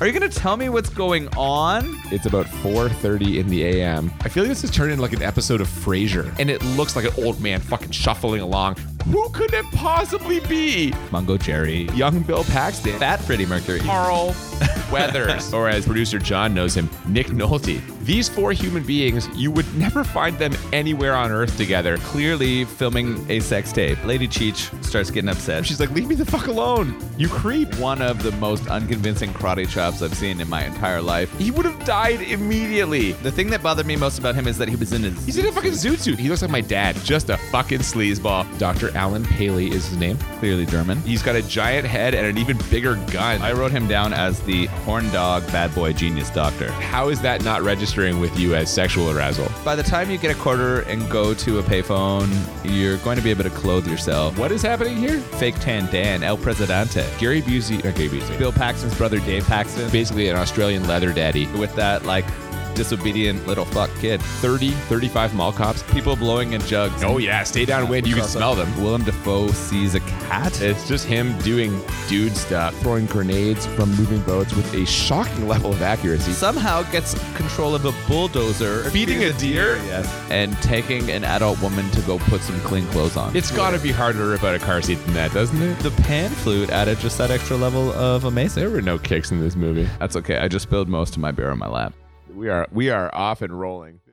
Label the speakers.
Speaker 1: Are you going to tell me what's going on?
Speaker 2: It's about 4:30 in the a.m.
Speaker 3: I feel like this has turned into like an episode of Frasier.
Speaker 2: and it looks like an old man fucking shuffling along. Who could it possibly be?
Speaker 1: Mungo Jerry.
Speaker 2: Young Bill Paxton,
Speaker 1: Fat Freddie Mercury.
Speaker 2: Carl Weathers, or as producer John knows him, Nick Nolte. These four human beings, you would never find them anywhere on Earth together.
Speaker 1: Clearly filming a sex tape. Lady Cheech starts getting upset.
Speaker 2: She's like, leave me the fuck alone, you creep.
Speaker 1: one of the most unconvincing karate chops I've seen in my entire life.
Speaker 2: He would have died immediately.
Speaker 1: The thing that bothered me most about him is that he was in his.
Speaker 2: He's in a fucking zoot suit. He looks like my dad, just a fucking sleazeball. Dr. Alan Paley is his name.
Speaker 1: clearly German.
Speaker 2: He's got a giant head and an even bigger gun.
Speaker 1: I wrote him down as the horn dog bad boy genius doctor.
Speaker 2: How is that not registering with you as sexual arousal?
Speaker 1: By the time you get a quarter and go to a payphone, you're going to be able to clothe yourself.
Speaker 2: What is happening here?
Speaker 1: Fake Tan Dan, El Presidente,
Speaker 2: Gary Busey, not Gary Busey,
Speaker 1: Bill Paxton's brother Dave Paxton,
Speaker 2: basically an Australian leather daddy.
Speaker 1: with that like disobedient little fuck kid.
Speaker 2: 30, 35 mall cops.
Speaker 1: People blowing in jugs.
Speaker 2: Oh yeah, stay downwind. You can
Speaker 1: Also,
Speaker 2: smell them.
Speaker 1: Willem Dafoe sees a cat.
Speaker 2: It's just him doing dude stuff, throwing grenades from moving boats with a shocking level of accuracy.
Speaker 1: somehow gets control of a bulldozer,
Speaker 2: Feeding a deer?
Speaker 1: yes, and taking an adult woman to go put some clean clothes on.
Speaker 2: It's got to be harder about a car seat than that, doesn't it?
Speaker 1: the pan flute added just that extra level of
Speaker 2: There
Speaker 1: amazing.
Speaker 2: were no kicks in this movie.
Speaker 1: That's okay. I just spilled most of my beer on my lap.
Speaker 2: We are we are off and rolling.